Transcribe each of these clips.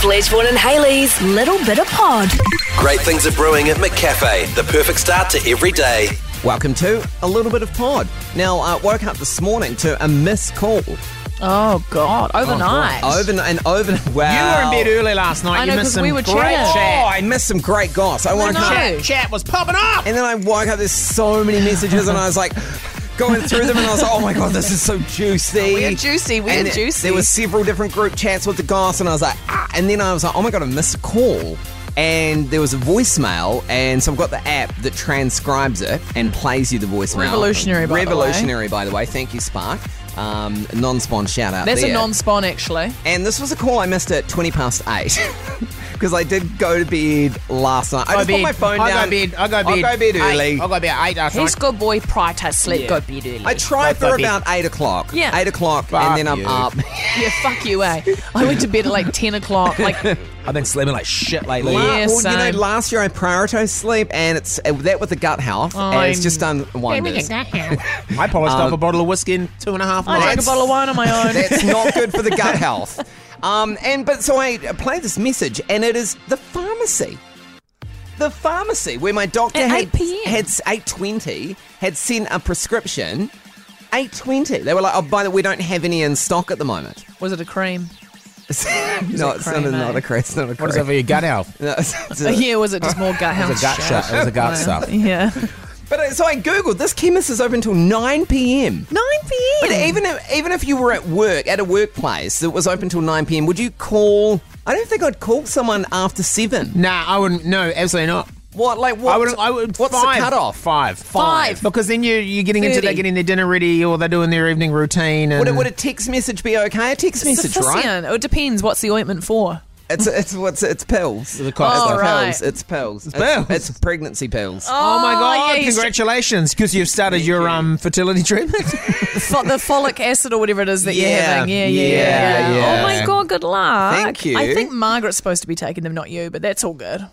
Fledgebourne and Haley's Little Bit of Pod. Great things are brewing at McCafe. The perfect start to every day. Welcome to a little bit of pod. Now, I woke up this morning to a missed call. Oh God! Overnight. Over and over. You Wow. were in bed early last night. I you know, missed 'cause some we were great chatting. Oh, chat. Uh, I missed some great goss. I woke no. up Oh. Chat was popping up. and then I woke up. There's so many messages, and I was like. Going through them and I was like, oh my god, this is so juicy. We're juicy, we're And there- juicy. There was several different group chats with the goss, and I was like, ah. And then I was like, oh my god, I missed a call. And there was a voicemail, and so I've got the app that transcribes it and plays you the voicemail. Revolutionary, by the way. Revolutionary, by the way. Thank you, Spark. Um, non-spawn shout out. That's there. a non-spawn actually. And this was a call I missed at 20 past 8. Because I did go to bed last night. I just put my phone I down. go bed. I go bed. I go bed early. Eight. I go bed at eight last He's night. good boy. Prior to sleep, go bed early. I tried I for go bed. about 8 o'clock. Yeah. 8 o'clock, Fuck and then I'm you. up. yeah, fuck you, eh? I went to bed at like ten o'clock. Like, I've been sleeping like shit lately. La- Yeah, well, you same. know, last year I prioritised sleep, and it's uh, that with the gut health, and it's just done wonders. I polished off a bottle of whiskey in two and a half I drank a nights. bottle of wine on my own. That's not good for the gut health. Um, and but so I played this message, and it is the pharmacy. The pharmacy where my doctor At had 8 p.m.. had eight twenty had sent a prescription. Eight twenty. They were like, oh, by the way, we don't have any in stock at the moment. Was it a cream? no, it's not, cream, a- not eh? a cream. It's not a cream. What is that for your gut health? No, it's- it's Uh, a- yeah, was it just more gut It health? was a gut shot. It was a gut stuff. Yeah. But uh, so I googled. This chemist is open till nine p.m. Nine p.m. But even if, even if you were at work at a workplace that was open till nine pm, would you call? I don't think I'd call someone after seven. Nah, I wouldn't. No, absolutely not. What like what? I would. I would. what's five, the cutoff? Five. Five. Because then you you're getting into Thirty. they're getting their dinner ready or they're doing their evening routine. And Would, a- would a text message be okay? A text message, right? Sufficient. It depends. What's the ointment for? It's it's what's it's pills. It's, cost Oh, pills. right. It's pills. It's pills. It's, pregnancy pills. Oh my god! yeah, he's- Congratulations, because you've started your um fertility treatment. Fo- the folic acid or whatever it is that you're Yeah. having. Yeah, yeah, Yeah, yeah, yeah. Oh my god, good luck. Thank you. I think Margaret's supposed to be taking them, not you, but that's all good.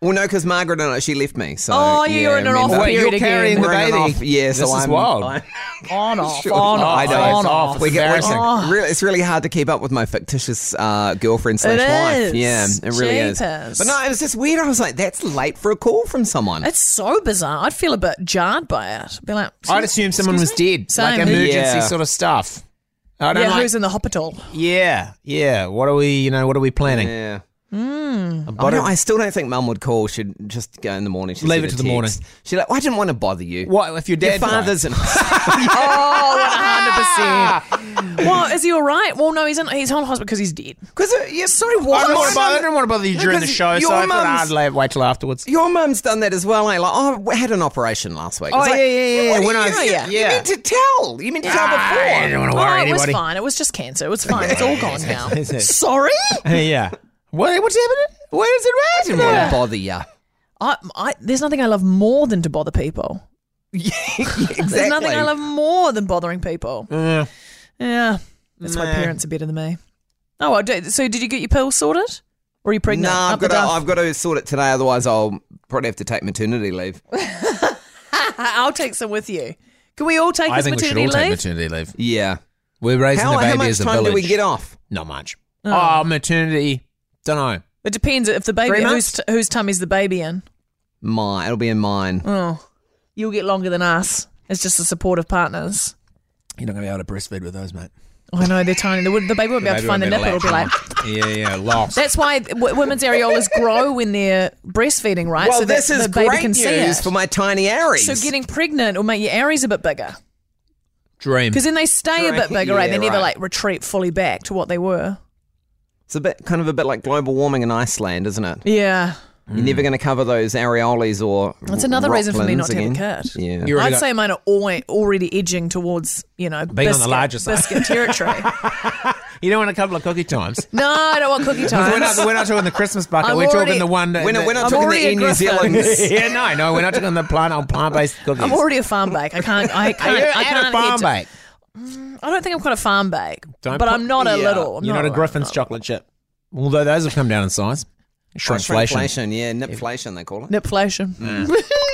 Well, no, because Margaret, no, she left me. So Oh, yeah, you're in an off remember. Wait, period you're again. carrying the We're in an baby. off- yeah, so this is I'm- wild. I'm- On off, Sure. on Oh, off, I know, on it's off. off. We get, Embarrassing. we're- really, it's really hard to keep up with my fictitious uh, girlfriend slash wife. is. Yeah, it really is. Jeepers. But no, it was just weird. I was like, that's late for a call from someone. It's so bizarre. I'd feel a bit jarred by it. Be like, I'd assume someone was excuse me? dead, Same. like emergency Yeah. sort of stuff. I don't Yeah, like, who's in the hospital? yeah, yeah. What are we? You know, what are we planning? yeah. Hmm. A I, bottle- don't, I still don't think mum would call. She'd just go in the morning. She'd Leave send it a to the morning. text. She's like, well, I didn't want to bother you. what if Ah! your Your dad? father's in. Oh, 100%. well, is he all right? Well, no, he's, in, he's on hospital because he's dead. Because uh, you're so I didn't, what? want to bother, I didn't want to bother you during the Because show, so your I thought mum's- I'd la- wait till afterwards. Your mum's done that as well. eh? Like, oh, I had an operation last week. Oh, It's like, yeah, yeah, yeah, what when do I you, was- yeah. yeah. You meant to tell. You meant to tell before. I didn't want to oh, worry it was anybody. fine. It was just cancer. It was fine. It's all gone now. Is it? Sorry? yeah. What, what's happening? Where is it I right? didn't want to bother you. I, I, there's nothing I love more than to bother people. Yeah, exactly. There's nothing I love more than bothering people. Mm, Yeah. That's why Nah. parents are better than me. Oh, well, do- so did you get your pills sorted? Or are you pregnant? No, I've Up the got, to, duff? I've got to sort it today, otherwise I'll probably have to take maternity leave. I'll take some with you. Can we all take this maternity leave? maternity leave. Yeah. We're raising How, the baby how much as a time village. do we get off? Not much. Oh, maternity. Don't know. it depends if the baby Three whose, months? t- whose tummy's the baby in. Mine. It'll be in mine. Oh, you'll get longer than us. It's just the support of partners. You're not going to be able to breastfeed with those, mate. Oh, I know they're tiny. The, the baby won't be able to find the nipple. It'll be like yeah, yeah, lost. that's why w- women's areolas grow when they're breastfeeding, right? well, so that this is the baby great can news see it. for my tiny Aries. so getting pregnant will make your areas a bit bigger Dream. because then they stay a Right, bit bigger, right? yeah, They never right. like retreat fully back to what they were. it's a bit, kind of a bit like global warming in Iceland, isn't it? Yeah, You're never going to cover those areoles or. that's another reason for me not to have again. a kid. Yeah. You already I'd got- say mine are al- already edging towards you know Being on the biscuit, larger side. biscuit territory. you don't want a couple of cookie times. no, I don't want cookie we're, time. not, we're not talking the Christmas bucket. I'm we're already- talking the one. That, We're not, we're not I'm talking already the a Air New Griffin. Zealand's. yeah, no, no, we're not talking the plant on plant based cookies. I'm already a farm bake. I can't. I Are can't. you I at can't a farm hedge- bake? I don't think I'm quite a farm bake, Don't but put- uh, I'm not a yeah, little. I'm You're not a little. Griffin's chocolate chip. Although those have come down in size. Shrinkflation. Shrinkflation, yeah, nipflation they call it. Mm. Nipflation.